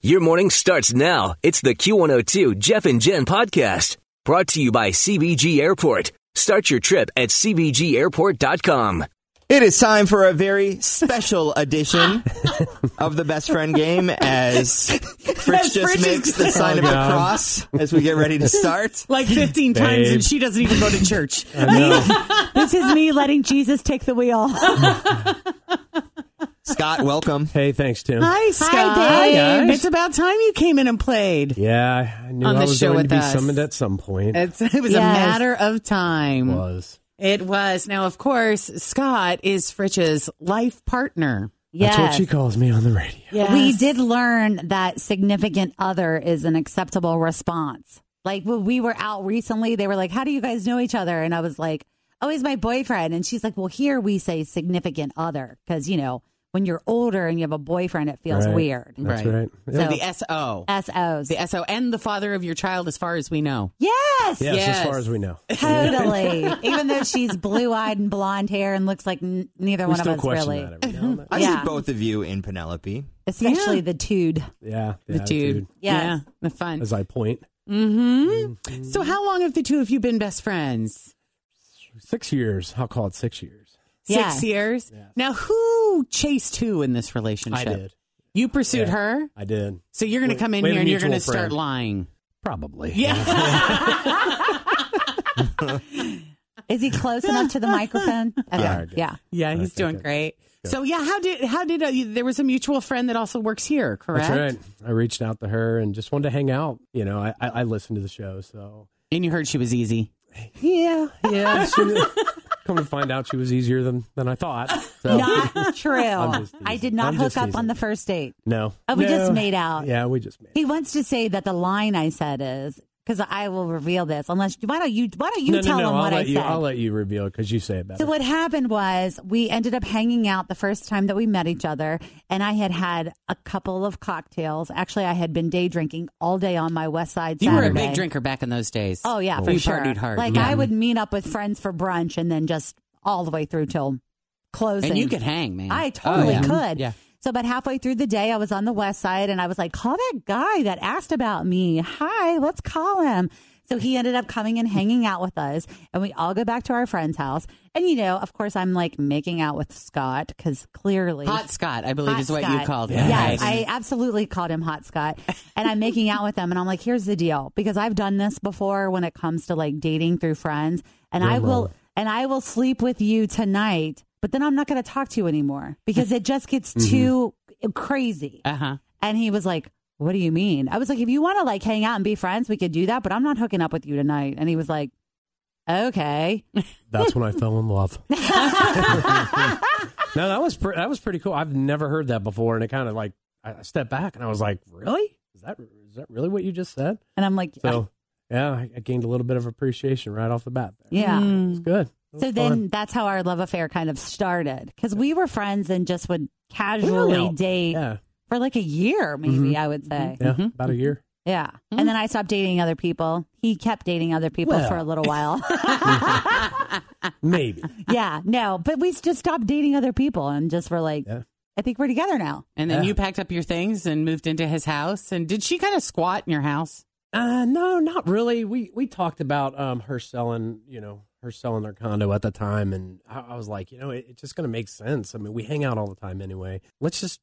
Your morning starts now. It's the Q102 Jeff and Jen podcast brought to you by CBG Airport. Start your trip at CBGAirport.com. It is time for a very special edition of the best friend game as Fritz just Fritz is- Oh, makes the sign of a cross as we get ready to start. like 15 times and she doesn't even go to church. This is me letting Jesus take the wheel. Scott, welcome. Hey, thanks, Tim. Hi, Scott. Dave. Hi, guys. It's about time you came in and played. Yeah, I knew On I the was show going with to be us. summoned at some point. It's, it was a Yes. matter of time. was. It was. Now, of course, Scott is Fritch's life partner. Yes. That's what she calls me on the radio. We did learn that significant other is an acceptable response. Like when we were out recently, they were like, How do you guys know each other? And I was like, Oh, he's my boyfriend. And she's like, Well, here we say significant other because, you know, when you're older and you have a boyfriend, it feels Right. weird. That's Right. right. So- Yeah. The SO. SOs. The SO and the father of your child, as far as we know. yes. yes, Yes. as far as we know. Totally. Even though she's blue eyed and blonde hair and looks like n- neither we one of still us question really. that every now and then. I Yeah. see both of you in Penelope. Especially the dude. Yeah, The yeah, dude. Yes. Yeah. The fun. As I point. Mm-hmm. So, how long have the two of you been best friends? Six years. I'll call it six years. Yeah. Six years. Now, who chased who in this I relationship? did. You pursued Yeah. her. I did. So you're going to We- come in we here had a and you're going to mutual start friend. lying. Probably. Is he close enough to the microphone? Okay. Yeah, I guess. Yeah. yeah, I he's think doing I- great. So yeah, how did how did uh, you, there was a mutual friend that also works here, correct? That's right. I reached out to her and just wanted to hang out. You know, I, I, I listened to the show, so And you heard she was easy. yeah, yeah. she- come to find out, she was easier than than I thought. So. Not true. I'm just I did teasing. not I'm hook just up on teasing. the first date. no, Oh, we just No. made out. Yeah, we just made. He wants to say that the line I said is because I will reveal this. Unless why don't you why don't you no, tell no, no, him I'll what let I you, said? I'll let you reveal because you say it So better. what happened was we ended up hanging out the first time that we met each other, and I had had a couple of cocktails. Actually, I had been day drinking all day on my West Side. You were a Saturday. big drinker back in those days. Oh yeah, for you sure. partied hard. Like Yeah. I would meet up with friends for brunch and then just all the way through till closing. and you could hang, man. I totally Oh, yeah. could. Yeah. So about halfway through the day, I was on the west side and I was like, call that guy that asked about me. Hi, let's call him. So he ended up coming and hanging out with us and we all go back to our friend's house. And you know, of course I'm like making out with Scott because clearly Hot Scott, I believe Hot is what you Scott. called him. Yes, Right. I absolutely called him Hot Scott. And I'm making out with him, and I'm like, here's the deal, because I've done this before when it comes to like dating through friends, and I will, and I will sleep with you tonight, but then I'm not going to talk to you anymore because it just gets too crazy. uh-huh. And he was like, what do you mean? I was like, if you want to like hang out and be friends, we could do that, but I'm not hooking up with you tonight. And he was like, okay. That's when I fell in love. no, that was pre- that was pretty cool. I've never heard that before, and it kind of like I I stepped back and I was like, really? Is that is that really what you just said? And I'm like, So yeah, I, I gained a little bit of appreciation right off the bat. There. yeah. It was good. It was So then that's how our love affair kind of started because we were friends and just would fun. casually Yeah. date Mm-hmm. Yeah, Mm-hmm. for like a year, maybe I would say. yeah, about a year. Yeah. Mm-hmm. And then I stopped dating other people. He kept dating other people for a little while. Mm-hmm. Maybe. yeah. No, but we just stopped dating other people and just were like, Yeah. I think we're together now. And then Yeah. you packed up your things and moved into his house. And did she kind of squat in your house? Uh, no, not really. We we talked about um her selling, you know, her selling her condo at the time, and I, I was like, you know, it, it's just gonna make sense. I mean, we hang out all the time anyway. Let's just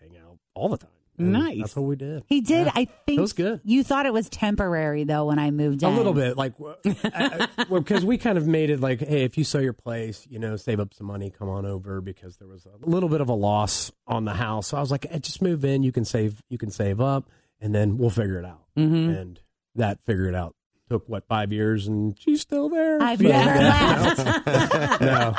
hang out all the time. And Nice. That's what we did. He did. Yeah. I think It was good. You thought it was temporary though when I moved A in. little bit, like, because I, I- well, 'cause we kind of made it like, hey, if you sell your place, you know, save up some money, come on over, because there was a little bit of a loss on the house. So I was like, hey, just move in, you can save, you can save up, and then we'll figure it out. Mm-hmm. And that figured out took what five years, and she's still there. I've So, never yeah, left.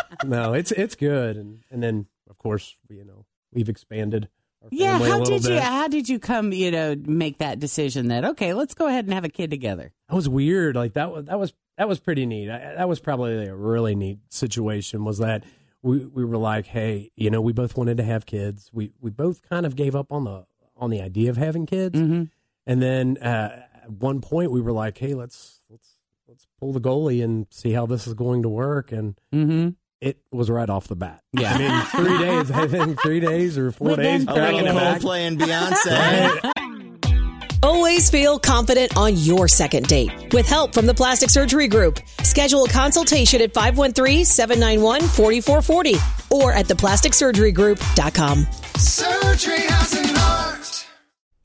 no, no, it's it's good, and and then of course, you know, we've expanded. Our Yeah, family a how little did you bit. how did you come, you know, make that decision that okay, let's go ahead and have a kid together? That was weird. Like that was that was that was pretty neat. I, that was probably a really neat situation. Was that we we were like, hey, you know, we both wanted to have kids. We we both kind of gave up on the on the idea of having kids, and then uh, at one point we were like, hey, let's let's let's pull the goalie and see how this is going to work, and Mm-hmm. it was right off the bat. Yeah, I mean, three days. I think three days or four Within days. three back Like on the back. Coldplay and Beyonce. Always feel confident on your second date. With help from the Plastic Surgery Group, schedule a consultation at 513-791-4440 or at theplasticsurgerygroup.com. Surgery has an art.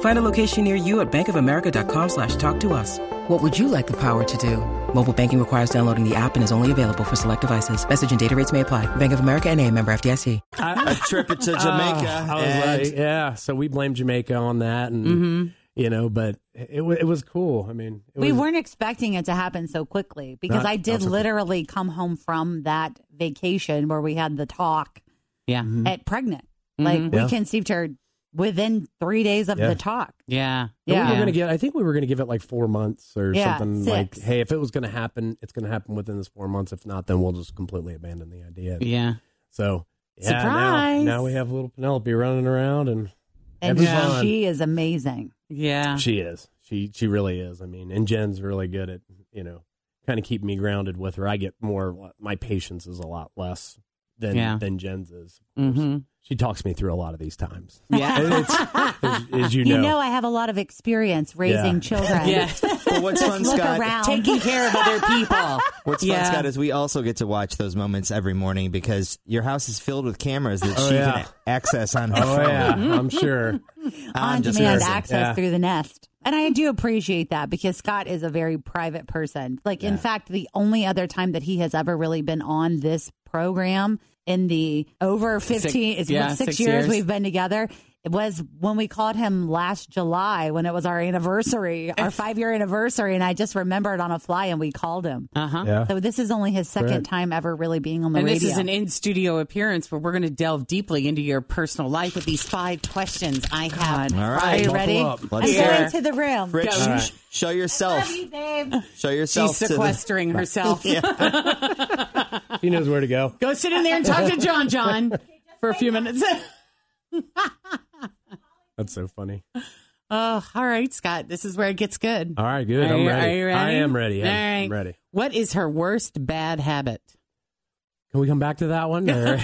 Find a location near you at bankofamerica.com slash talk to us. What would you like the power to do? Mobile banking requires downloading the app and is only available for select devices. Message and data rates may apply. Bank of America and a member FDIC. a trip to Jamaica. Ah, Oh, I was and like, yeah. So we blame Jamaica on that, and you know, but it wa- it was cool. I mean, it Mm-hmm. We was, weren't expecting it to happen so quickly because That- I did that's a- literally come home from that vacation where we had the talk Yeah. at pregnant. Like Mhm. we Mm-hmm. Yeah. conceived her within three days of Yeah. the talk. Yeah. and we yeah. were gonna get. I think we were gonna give it like four months or Yeah, something. six. Like, hey, if it was gonna happen, it's gonna happen within this four months. If not, then we'll just completely abandon the idea. Yeah. So yeah, now, Surprise. now we have little Penelope running around, and And having Yeah. fun. she is amazing. Yeah. she is. She she really is. I mean, and Jen's really good at you know kind of keeping me grounded with her. I get more. My patience is a lot less than Yeah. than Jen's is. Mm-hmm. She talks me through a lot of these times. Yeah. And it's, as, as you You know, know, I have a lot of experience raising Yeah. children. Yeah. but what's fun, Look Scott? around. Taking care of other people. What's Yeah. fun, Scott, is we also get to watch those moments every morning because your house is filled with cameras that Oh, she yeah. can access on her oh phone. yeah, I'm sure. I'm on just demand messing. access Yeah. through the nest. And I do appreciate that because Scott is a very private person. Like, in fact, the only other time that he has ever really been on this program in the over 15, it's yeah, what, six, six years, years. we've been together. It was when we called him last July when it was our anniversary, our five year anniversary. And I just remembered on a fly and we called him. Uh-huh. Yeah. So this is only his second Correct. time ever really being on the And radio. this is an in studio appearance where we're going to delve deeply into your personal life with these five questions I have. All Are right. you ready? up. I'm Let's hear going it. to the room. Rich, All sh- show yourself. Love you, babe. Show yourself. She's to the- sequestering herself. She knows where to go. Go sit in there and talk to John John for a few minutes. That's so funny. Oh, all right, Scott. This is where it gets good. All right, good. Are I'm you- ready. Are you ready? I am ready. I'm, All right. I'm ready. What is her worst bad habit? Can we come back to that one? Or-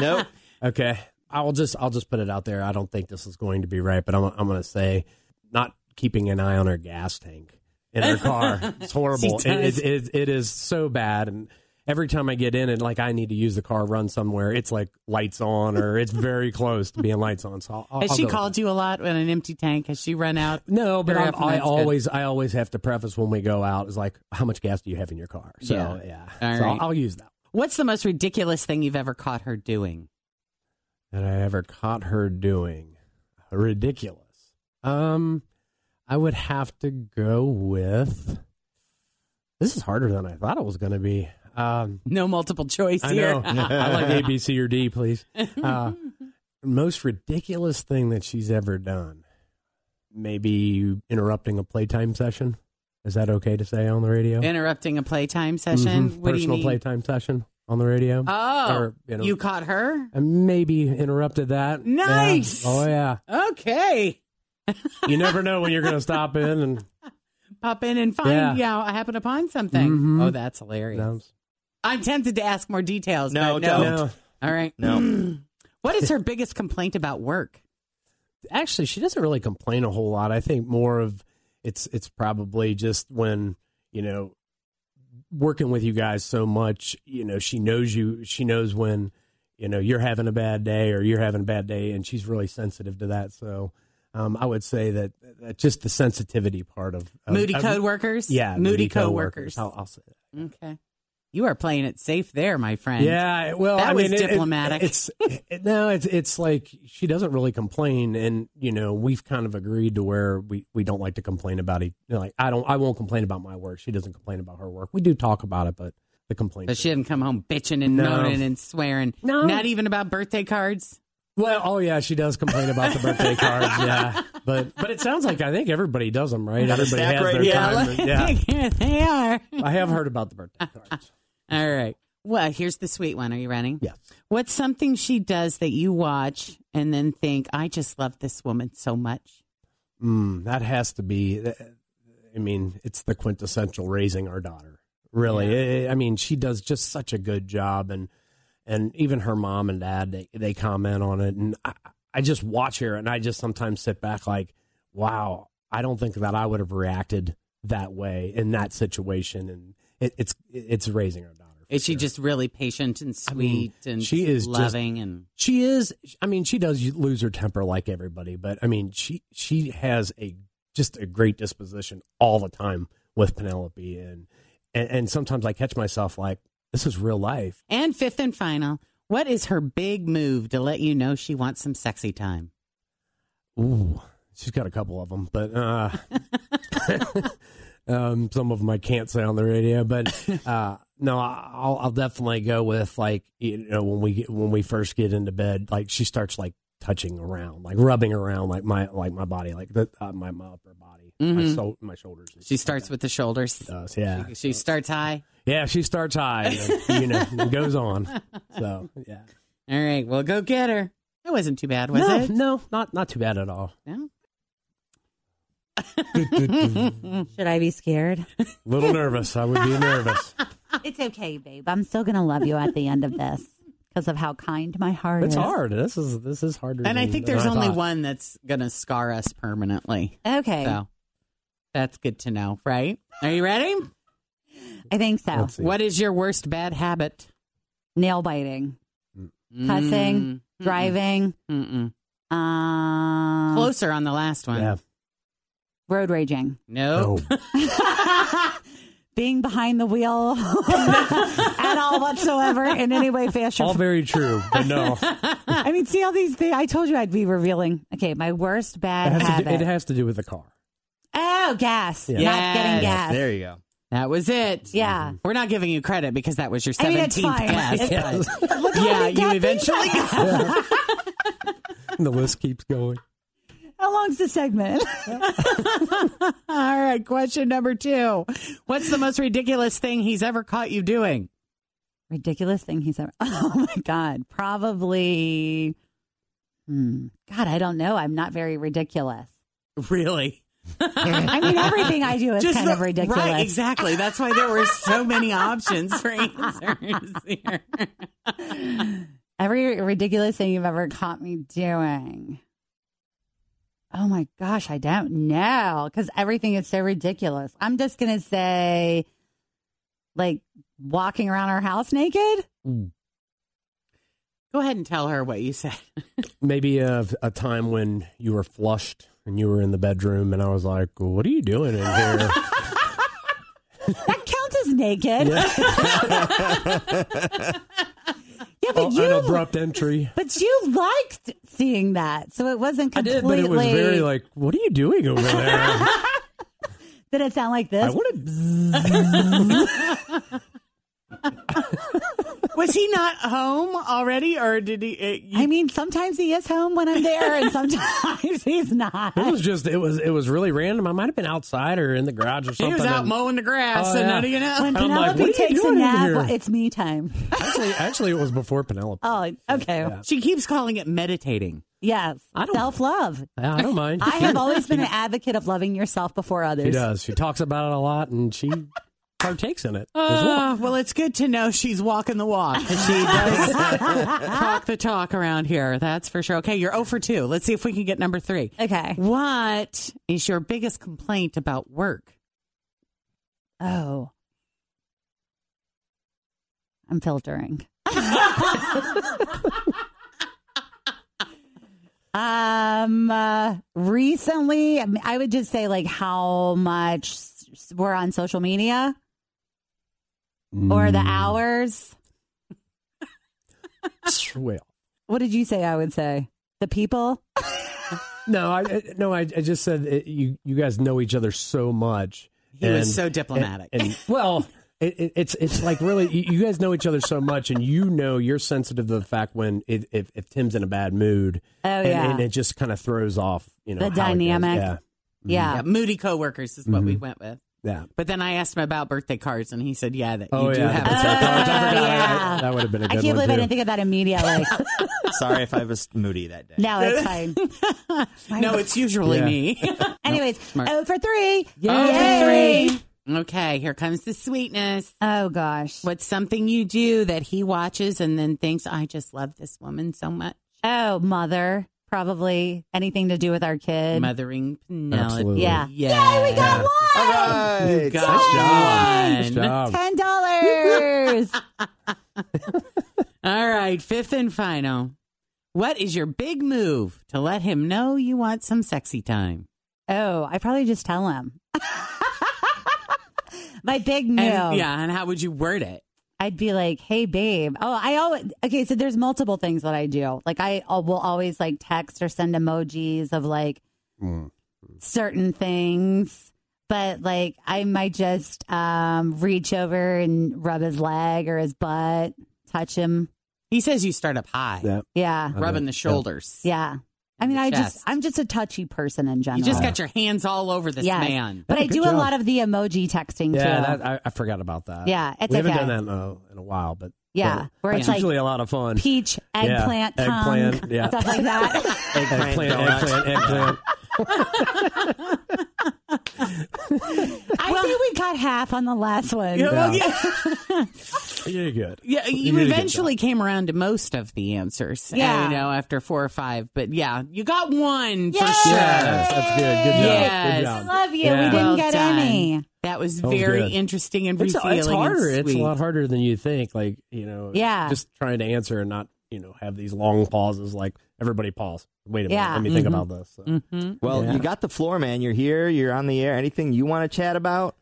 Nope. okay. I'll just I'll just put it out there. I don't think this is going to be right, but I'm I'm going to say not keeping an eye on her gas tank in her car. It's horrible. She It, does. it, it, it is so bad and every time I get in and like I need to use the car run somewhere, it's like lights on or it's very close to being lights on. So I'll, I'll, Has I'll she go with called you a lot on an empty tank? Has she run out? No, but very I'm, often? I That's good. always I always have to preface when we go out is like, how much gas do you have in your car? So Yeah. yeah, All so right. I'll use that. What's the most ridiculous thing you've ever caught her doing? That I ever caught her doing ridiculous. Um, I would have to go with. This is harder than I thought it was going to be. Um, No multiple choice I here. know. I like A, B, C, or D, please. Uh, most ridiculous thing that she's ever done. Maybe interrupting a playtime session. Is that okay to say on the radio? Interrupting a playtime session. Mhm. What do you personal mean? playtime session on the radio. Oh, Or, you know, you caught her? and maybe interrupted that. Yeah. Nice. Oh yeah. Okay. You never know when you're going to stop in, and Pop in and find, Yeah. yeah, I happen to find something. Mhm. Oh, that's hilarious. No. I'm tempted to ask more details. No, but no. don't. All right. Mm, No. what is her biggest complaint about work? actually she doesn't really complain a whole lot. I think more of it's it's probably just when, you know, working with you guys so much, you know, she knows you she knows when, you know, you're having a bad day or you're having a bad day and she's really sensitive to that. So um, I would say that, that just the sensitivity part of, of Moody of- code workers? Oh, um, Yeah, Moody coworkers. coworkers. I'll, I'll say that. Okay. You are playing it safe there, my friend. Yeah, I- well, that I mean, was it- it- diplomatic. it's it, no, it's it's like she doesn't really complain, and you know, we've kind of agreed to where we we don't like to complain about it. You know, like I don't, I won't complain about my work. She doesn't complain about her work. We do talk about it, but the complaint. but she didn't come home bitching and No. moaning and swearing. No. Not even about birthday cards. well, oh yeah, she does complain about the birthday cards. Yeah, but but it sounds like I think everybody does them, right? Got a Everybody stack has right their here. time. and- Yeah, Here they are. I have heard about the birthday cards. All right. Well, here's the sweet one. Are you ready? Yes. What's something she does that you watch and then think, I just love this woman so much? Mm, that has to be. uh, I mean, it's the quintessential raising our daughter. Really, I- I mean, she does just such a good job, and and even her mom and dad they they comment on it, and I, I just watch her, and I just sometimes sit back like, wow, I don't think that I would have reacted that way in that situation, and it, it's it's raising our daughter. for Is she sure. just really patient and sweet and she is just- loving and She is. I mean, she does lose her temper like everybody, but I mean, she she has a just a great disposition all the time with Penelope, and and, and sometimes I catch myself like, this is real life. and fifth and final, what is her big move to let you know she wants some sexy time? Ooh, she's got a couple of them, but uh, um, some of them I can't say on the radio. But uh, no, I- I'll, I'll definitely go with like you know when we get, when we first get into bed, like she starts like touching around, like rubbing around, like my like my body, like the, uh, my my upper body, my Mhm. so, my shoulders. and She stuff starts like with the shoulders. that. Does, yeah, She starts high. yeah. She starts high, and, then, you know, and goes on. So yeah, All right, well, go get her. That wasn't too bad, was no, it? no, not not too bad at all. No. Should I be scared? Little nervous, I would be nervous. it's okay, babe. I'm still gonna love you at the end of this because of how kind my heart It's is. hard. This is this is harder. And I than- think than there's only thought. one that's going to scar us permanently. Okay, So that's good to know, right? Are you ready? I think so. Let's see. What is your worst bad habit? Nail biting, Mm, cussing, driving, mm, mm. um, Closer on the last one. Yeah. road raging, Oh. No. being behind the wheel at all whatsoever in any way, fashion, All very true, but no. I mean, see all these things. I told you I'd be revealing. Okay, my worst it, bad has to habit. do, it has to do with the car. oh, gas. Yeah. Not getting Yes. gas. There you go. That was it. Yeah. We're not giving you credit because that was your I 17th mean, it's fine. guess. It's but- fine. Look how yeah, many you bad eventually things I- got the list keeps going. How long's the segment? All right, question number two. What's the most ridiculous thing he's ever caught you doing? Ridiculous thing he's ever. Oh my god. Probably. Hmm. God, I don't know. I'm not very ridiculous. Really? I mean, everything I do is kind the- of ridiculous. Right, exactly. That's why there were so many options for answers here. Every ridiculous thing you've ever caught me doing. Oh my gosh, I don't know because everything is so ridiculous. I'm just going to say, like, walking around our house naked. Go ahead and tell her what you said. Maybe a, a time when you were flushed and you were in the bedroom, and I was like, "What are you doing in here?" That counts as naked. Yeah, but Oh, An you. abrupt entry. But you liked seeing that, so it wasn't I completely. did, but it was very like, "What are you doing over there?" Did it sound like I this? would have. Was he not home already, or did he? uh, you- I mean, sometimes he is home when I'm there, and sometimes he's not. It was just. It was. It was really random. I might have been outside or in the garage or something. he was out and- mowing the grass, Oh, and yeah. not even out. When I'm like, Penelope "What are you takes a doing in nap, here?" it's me time. Actually, actually, it was before Penelope. Oh, okay. She keeps calling it meditating. Yes. I don't- Self love. Yeah, I don't mind. I have always been an advocate of loving yourself before others. She does. She talks about it a lot, and she partakes in it. as well. Uh, well, it's good to know she's walking the walk. She does talk the talk around here. That's for sure. Okay, you're 0 for 2. Let's see if we can get number three. Okay. What is your biggest complaint about work? Oh. I'm filtering. um uh, recently I mean, I would just say like how much s- s- we're on social media Ah. or Mm. the hours. well. What did you say I would say? The people? No, I I- no, I, I just said it, you you guys know each other so much. He was so diplomatic. and, and- well, it, it- it's it's like really you you guys know each other so much, and you know you're sensitive to the fact when it, if if Tim's in a bad mood, Oh, and, yeah. and it just kind of throws off you know The how it goes. dynamic. Yeah. Yeah, moody coworkers is what we Mhm. went with. Yeah, yeah. But then I asked him about birthday cards, and he said, yeah, that Oh you do yeah, have that's a right. I Oh, forgot. yeah. That would have been a I good can't one believe I didn't too. think of that immediately. Sorry if I was moody that day. no, it's fine. No, it's usually Yeah. me. Anyways, smart. oh for three. Oh, Yay. for three. Okay, here comes the sweetness. Oh gosh. What's something you do that he watches and then thinks, I just love this woman so much? Oh, mother. Probably anything to do with our kid. Mothering Penelope. Absolutely. Yeah. Yeah. Yay, we got Yeah. one. All right. You got Nice one. job. Ten dollars. All right, fifth and final. What is your big move to let him know you want some sexy time? oh, I probably just tell him. My big move. And, yeah, and how would you word it? I'd be like, "Hey, babe." Oh, I always okay. So there's multiple things that I do. Like I al- will always like text or send emojis of like certain things, but like I might just um reach over and rub his leg or his butt, touch him. He says you start up high, Yeah. Yeah, rubbing the shoulders. yeah. I mean, The I chest. just I'm just a touchy person in general. You just got your hands all over this Yes. man. But Oh, I good do job. a lot of the emoji texting Yeah, too. that, I, I forgot about that. Yeah, it's we haven't okay. done that in a, in a while, but Yeah, but where that's it's like usually a lot of fun. Peach, eggplant, Yeah, tongue, eggplant, yeah. stuff like that. Eggplant eggplant, donuts. eggplant, eggplant. I think we got half on the last one. Yeah, well, yeah. You're good. Yeah, You you did a good eventually came around to most of the answers. Yeah. you know, after four or five, but yeah, you got one for Yay! sure. Yes, that's good. Good job. Yes. Good job. Love you. Yeah. We didn't Well get done. any. That was That was very good. interesting and It's, revealing. it's and harder. It's a sweet. lot harder than you think. Like you know, Yeah. just trying to answer and not you know have these long pauses. Like everybody pause. Wait a Yeah. Mm-hmm. minute. Let me think about this. So, mm-hmm. Well, Yeah. you got the floor, man. You're here. You're on the air. Anything you want to chat about?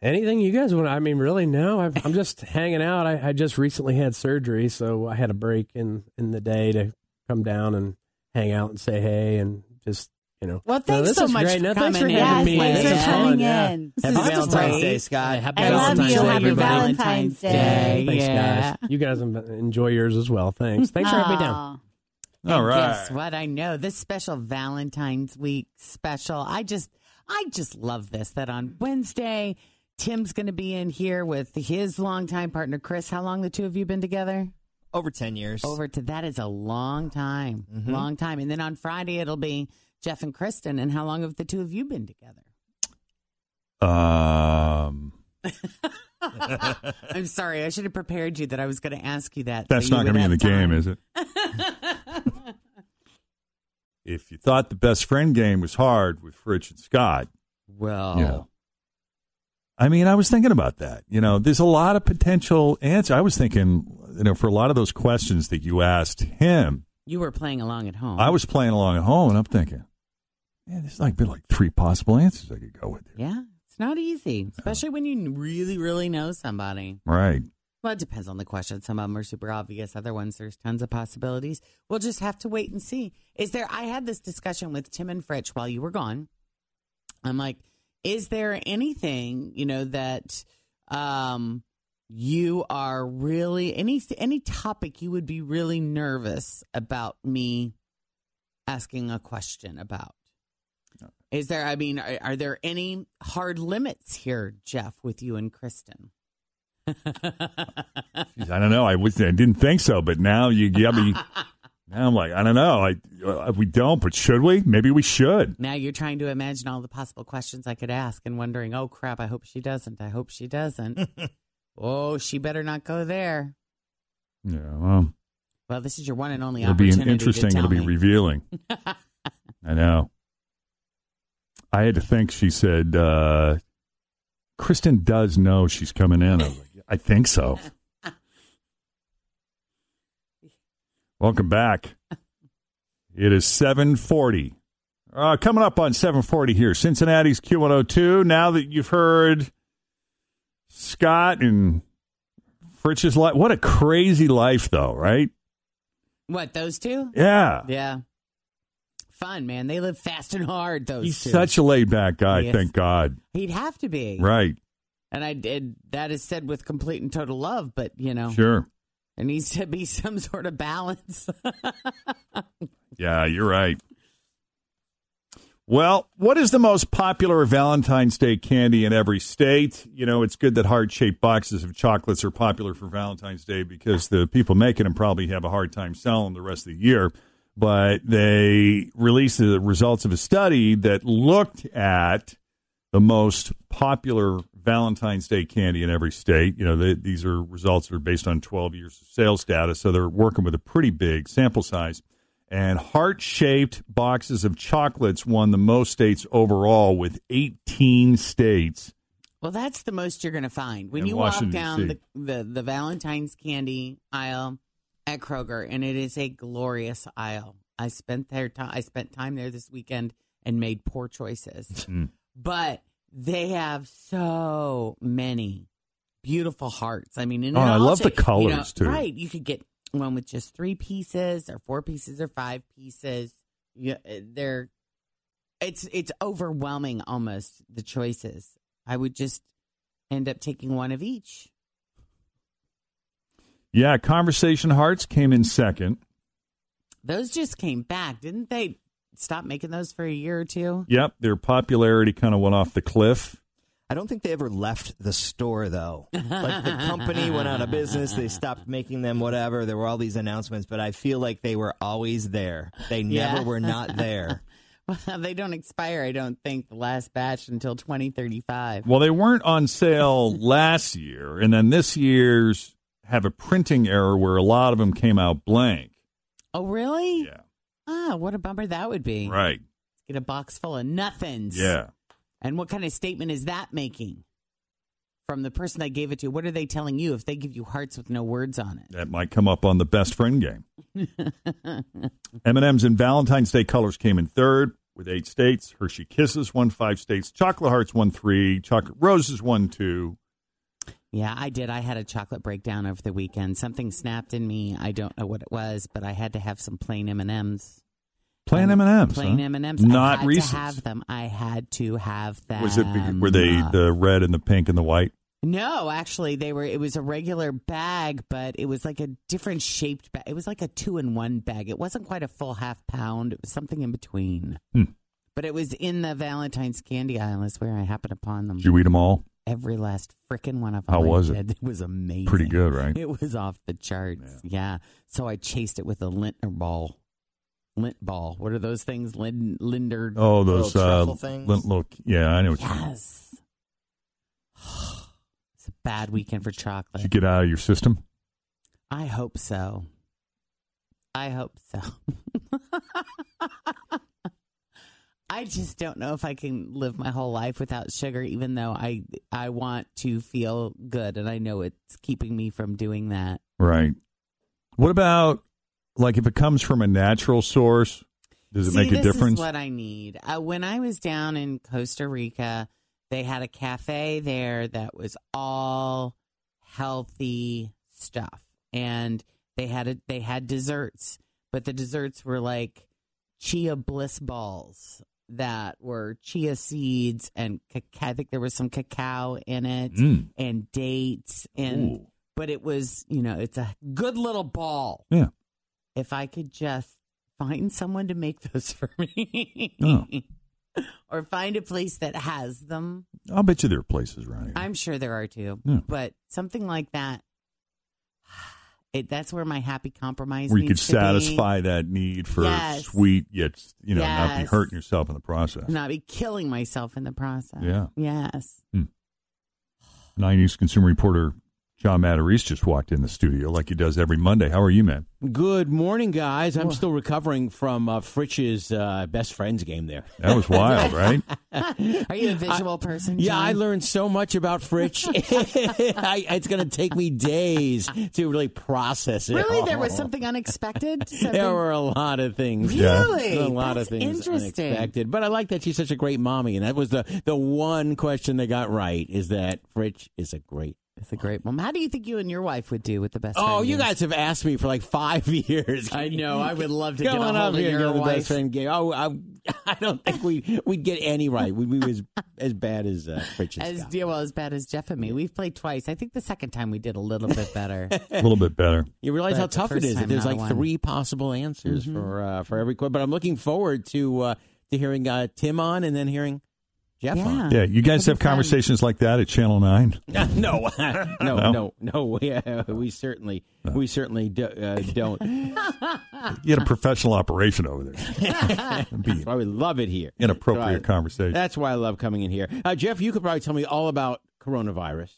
Anything you guys want? I mean, really? No, I've, I'm just hanging out. I, I just recently had surgery, so I had a break in in the day to come down and hang out and say hey and just you know. Well, No, thanks this so is much great. for No, thanks for coming having in. me. Yes, This thanks is for fun. coming Yeah. in. Happy is Valentine's great. Day, Scott. happy I love Valentine's you. Day, Happy everybody. Valentine's Valentine's Day. Day. Thanks, Yeah. guys. You guys en- enjoy yours as well. Thanks. Thanks for having me down. Aw. All right. Guess what? I know this special Valentine's Week special. I just, I just love this. That on Wednesday, Tim's going to be in here with his longtime partner Chris. How long the two of you been together? Over 10 years. Over to that is a long time, long time. And then on Friday it'll be Jeff and Kristen. And how long have the two of you been together? Um, I'm sorry, I should have prepared you that I was going to ask you that. so that's you not going would to be in the have time. game, is it? if you thought the best friend game was hard with Fritch and Scott, Well, Yeah. Oh. I mean, I was thinking about that. You know, there's a lot of potential answer. I was thinking, you know, for a lot of those questions that you asked him, you were playing along at home. I was playing along at home, and I'm thinking, man, there's like been like three possible answers I could go with. Here. Yeah, it's not easy, especially when you really, really know somebody. Right? Well, it depends on the question. Some of them are super obvious. Other ones, there's tons of possibilities. We'll just have to wait and see. Is there? I had this discussion with Tim and Fritch while you were gone. I'm like, is there anything you know that um, you are really any any topic you would be really nervous about me asking a question about? Is there? I mean, are, are there any hard limits here, Jeff, with you and Kristen? Jeez, I don't know. I was, I didn't think so, but now you, you, I mean, Now I'm like, I don't know. I uh, we don't, but should we? Maybe we should. Now you're trying to imagine all the possible questions I could ask and wondering, oh crap, I hope she doesn't. I hope she doesn't. oh, she better not go there. Yeah. Well, Well, this is your one and only it'll be opportunity. an interesting. To tell It'll be me. revealing. I know. I had to think. She said, uh, "Kristen does know she's coming in." I, was like, I think so. Welcome back. It is seven forty. Uh, coming up on seven forty here, Cincinnati's Q one hundred two. Now that you've heard Scott and Fritch's life, what a crazy life, though, right? What those two? Yeah. Yeah. Fun man. They live fast and hard. Those He's two. such a laid back guy, Yes. thank God. He'd have to be Right. And I did. That is said with complete and total love, but you know, Sure. there needs to be some sort of balance. Yeah, you're right. Well, what is the most popular Valentine's Day candy in every state? You know, it's good that heart shaped boxes of chocolates are popular for Valentine's Day because the people making them probably have a hard time selling the rest of the year. But they released the results of a study that looked at the most popular Valentine's Day candy in every state. You know, they, these are results that are based on 12 years of sales data, so they're working with a pretty big sample size. And heart shaped boxes of chocolates won the most states overall, with 18 states. well, that's the most you're going to find when In you Washington, walk down the, D.C.. the the Valentine's candy aisle at Kroger, and it is a glorious aisle. I spent there. Time, I spent time there this weekend and made poor choices. but they have so many beautiful hearts. I mean, and Oh, in I all love the shape- you know, colors, too. Right, you could get one with just three pieces, or four pieces, or five pieces. Yeah, uh, they're it's it's overwhelming almost the choices. I would just end up taking one of each. Yeah, Conversation Hearts came in second. Those just came back, didn't they? Stop making those for a year or two. Yep, their popularity kind of went off the cliff. I don't think they ever left the store though. Like the company went out of business, they stopped making them whatever. There were all these announcements, but I feel like they were always there. They Yeah. never were not there. Well, they don't expire. I don't think the last batch until twenty thirty five. Well, they weren't on sale last year, and then this year's have a printing error where a lot of them came out blank. Oh, really? Yeah, Ah, what a bummer that would be. right. Get a box full of nothings. Yeah. And what kind of statement is that making from the person that gave it to you? What are they telling you if they give you hearts with no words on it? That might come up on the best friend game. M&M's and Valentine's Day colors came in third with eight states. Hershey Kisses won five states. Chocolate Hearts won three. Chocolate Roses won two. Yeah, I did. I had a chocolate breakdown over the weekend. Something snapped in me. I don't know what it was, but I had to have some plain M and M's. Plain M&M's. Plain huh? M and M's. Not I had Reese's. To have them. I had to have them. Was it were they the red and the pink and the white? No, actually, they were. It was a regular bag, but it was like a different shaped bag. It was like a two in one bag. It wasn't quite a full half pound. It was something in between. Hmm. But it was in the Valentine's candy aisle. Is where I happened upon them. Did you eat them all? Every last frickin' one of them. How I was it? did. It was amazing. Pretty good, right? It was off the charts. Yeah. So I chased it with a lintner ball. Lint ball. What are those things? Lin- linder. Oh, those Little uh, truffle things? lint- look. Yeah, I know what you mean. Yes. it's a bad weekend for chocolate. Did you get out of your system? I hope so. I hope so. I just don't know if I can live my whole life without sugar even though I I want to feel good and I know it's keeping me from doing that. Right. What about like if it comes from a natural source? Does it See, make a this difference? Is what I need. Uh, when I was down in Costa Rica, they had a cafe there that was all healthy stuff, and they had a, they had desserts, but the desserts were like chia bliss balls that were chia seeds and cacao. I think there was some cacao in it Mm. and dates and. Ooh. But it was, you know, it's a good little ball Yeah. if I could just find someone to make those for me. Oh. Or find a place that has them. I'll bet you there are places around here. I'm sure there are too, Yeah. but something like that. It, that's where my happy compromise. where you could needs to be. satisfy that need for Yes. sweet, yet you know, not be Yes. hurting yourself in the process. Not be killing myself in the process. Yeah. Yes. Nine News consumer reporter John Matarese just walked in the studio like he does every Monday. How are you, man? Good morning, guys. I'm still recovering from uh, Fritch's uh, best friends game there. That was wild, right? Are you a visual person? Yeah, John? I learned so much about Fritch. I, it's going to take me days to really process it. Really, there was all. something unexpected. There Something- were a lot of things. Yeah. Really? A lot That's of things interesting. unexpected. But I like that she's such a great mommy, and that was the the one question they got right is that Fritch is a great. It's a great mom. How do you think you and your wife would do with the best? Oh, friend you game? guys have asked me for like five years. I know. I would love to Come get a on hold up of here and your go to the wife. best friend game. Oh, I, I don't think we we'd get any right. We'd be as as bad as uh, Fritch's. As yeah, well as bad as Jeff and me, we've played twice. I think the second time we did a little bit better. A little bit better. You realize But how the tough it first is. that time, There's not a like one. Mm-hmm. three possible answers for uh, for every question. But I'm looking forward to uh, to hearing uh, Tim on and then hearing Jeff on. Yeah, you guys have conversations like that at Channel Nine. no, no, No? no, no, Yeah, we certainly we certainly do, uh, don't. You had a professional operation over there. That's why we love it here. Inappropriate That's why- conversation. That's why I love coming in here. Uh, Jeff, you could probably tell me all about coronavirus.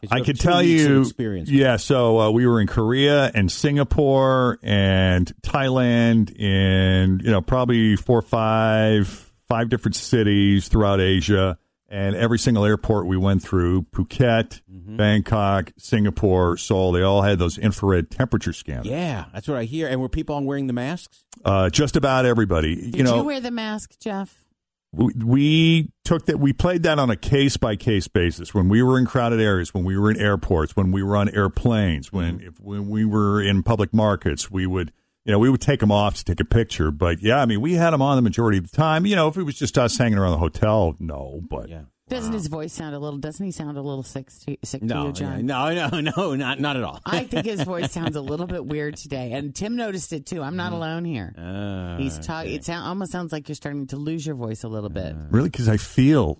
'Cause I have could two tell weeks of you. experience. Yeah, so uh, we were in Korea and Singapore and Thailand and you know probably four, five, five different cities throughout Asia. And every single airport we went through, Phuket, Mm-hmm. Bangkok, Singapore, Seoul, they all had those infrared temperature scanners. Yeah, that's what I hear. And were people on wearing the masks? Uh, just about everybody. Did you know, you wear the mask, Jeff? we- we took that we played that on a case by case basis when we were in crowded areas when we were in airports when we were on airplanes when Mm-hmm. if when we were in public markets we would you know we would take them off to take a picture but yeah i mean we had them on the majority of the time you know if it was just us hanging around the hotel no but Yeah. Doesn't his voice sound a little? Doesn't he sound a little sick to, sick to No, you, John? no, no, no, not not at all. I think his voice sounds a little bit weird today, and Tim noticed it too. I'm not Mm-hmm. alone here. Uh, He's talking. It sound, almost sounds like you're starting to lose your voice a little bit. really because i feel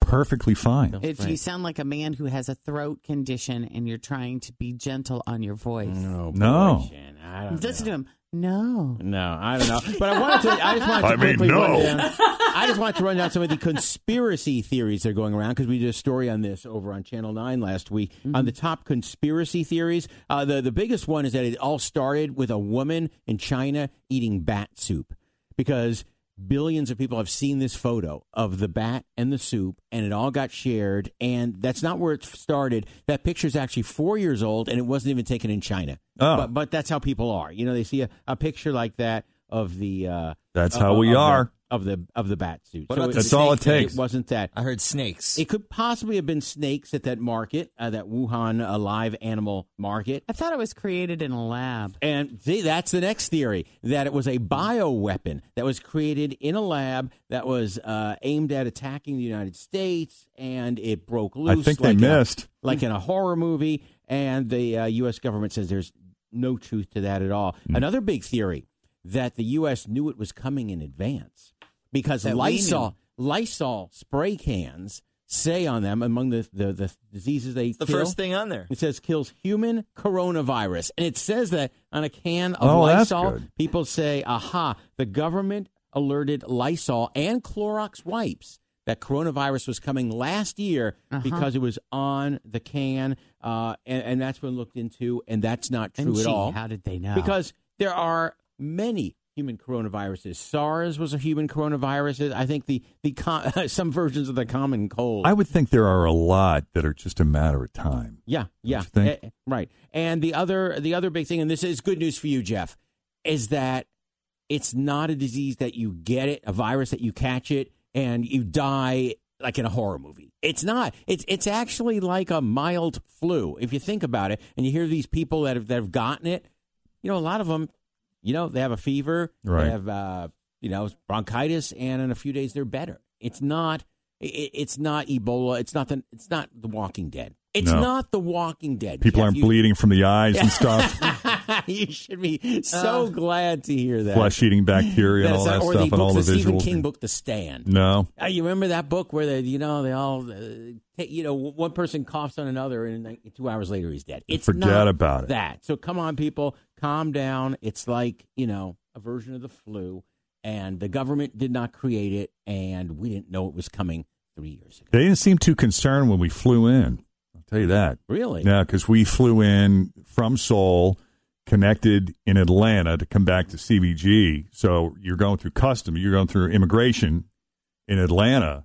perfectly fine If you right. sound like a man who has a throat condition and you're trying to be gentle on your voice, No, No. boy, Jen, I don't listen know. to him. No. No, I don't know. But I wanted to. I just wanted to I mean, quickly no. run down. I just wanted to run down some of the conspiracy theories that are going around because we did a story on this over on Channel Nine last week Mm-hmm. on the top conspiracy theories. Uh, the the biggest one is that it all started with a woman in China eating bat soup because billions of people have seen this photo of the bat and the soup and it all got shared and that's not where it started that picture is actually four years old and it wasn't even taken in china Oh. but, but that's how people are you know they see a, a picture like that of the uh That's of- how we of the- are. of the of the bat suit What about the That's all it snake takes. it wasn't that I heard snakes. it could possibly have been snakes at that market uh, that wuhan uh, live animal market I thought it was created in a lab. and see, that's the next theory that it was a bioweapon that was created in a lab that was uh, aimed at attacking the United States, and it broke i loose. think they like in a- missed like in a horror movie, and the uh, U.S. government says there's no truth to that at all. Another big theory that the U.S. knew it was coming in advance because That we Lysol Lysol spray cans say on them among the the, the diseases they It's the kill, first thing on there. It says kills human coronavirus, and it says that on a can of Oh, that's Lysol. good. People say, "Aha! The government alerted Lysol and Clorox wipes that coronavirus was coming last year Uh-huh. because it was on the can, uh, and, and that's been looked into, and that's not true And at gee, all How did they know? because there are many human coronaviruses. SARS was a human coronavirus. I think the the com- some versions of the common cold. i would think there are a lot that are just a matter of time Yeah, yeah, you think? Eh, right. And the other, the other big thing, and this is good news for you, Jeff, is that it's not a disease that you get it, a virus that you catch it and you die like in a horror movie. It's not. It's it's actually like a mild flu if you think about it. And you hear these people that have that have gotten it. You know, a lot of them. You know, they have a fever. Right. They have uh, you know bronchitis, and in a few days they're better. It's not. It, it's not Ebola. It's not the. It's not the Walking Dead. It's No. not the Walking Dead. people Jeff, aren't you- bleeding from the eyes and stuff you should be so Uh, glad to hear that. flesh eating bacteria and That's all not- that or stuff the and all book, the the Stephen visuals. King book, The Stand. No. Uh, you remember that book where they, you know, they all, uh, t- you know, one person coughs on another, and like, two hours later he's dead. It's Forget not about it. That. So come on, people, calm down. It's like you know a version of the flu, and the government did not create it, and we didn't know it was coming three years ago. They didn't seem too concerned when we flew in. I'll tell you that. Really? Yeah, because we flew in from Seoul, connected in Atlanta to come back to CBG. So you're going through custom, you're going through immigration in Atlanta.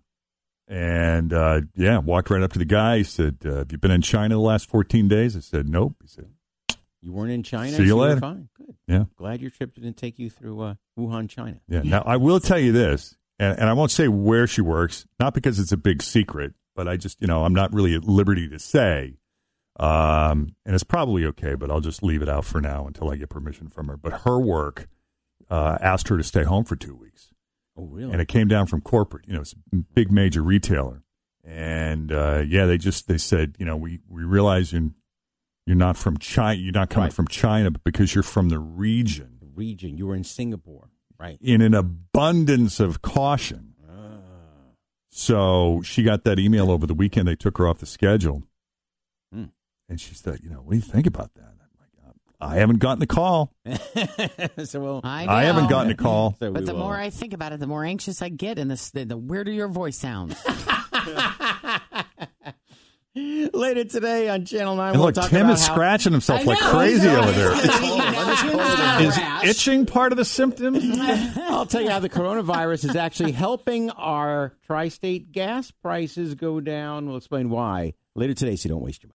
And uh, yeah, walked right up to the guy. He said, uh, Have you been in China the last 14 days? I said, Nope. He said, You weren't in China. See you so were later. Fine. Good. Yeah. Glad your trip didn't take you through uh, Wuhan, China. Yeah. Now I will tell you this, and, and I won't say where she works, not because it's a big secret, but I just you know I'm not really at liberty to say, um, and it's probably okay, but I'll just leave it out for now until I get permission from her. But her work uh, asked her to stay home for two weeks. Oh, really? And it came down from corporate. You know, it's a big major retailer, and uh, yeah, they just they said, you know, we we realize you're you're not from China, you're not coming Right. from China, but because you're from the region, The region you were in Singapore, right? in an abundance of caution. So she got that email over the weekend. They took her off the schedule. Hmm. And she said, you know, what do you think about that? I'm like, "Uh, I haven't gotten the call. so we'll, I, I haven't know. gotten a call. So But we the will- uh, more I think about it, the more anxious I get, and this, the, the weirder your voice sounds. Later today on Channel 9, And we'll look, talk Tim about is how- scratching himself I like know, crazy I know. over there. It's cold. It's cold out. Is itching part of the symptom? I'll tell you how the coronavirus is actually helping our tri state gas prices go down. We'll explain why later today, so you don't waste your money.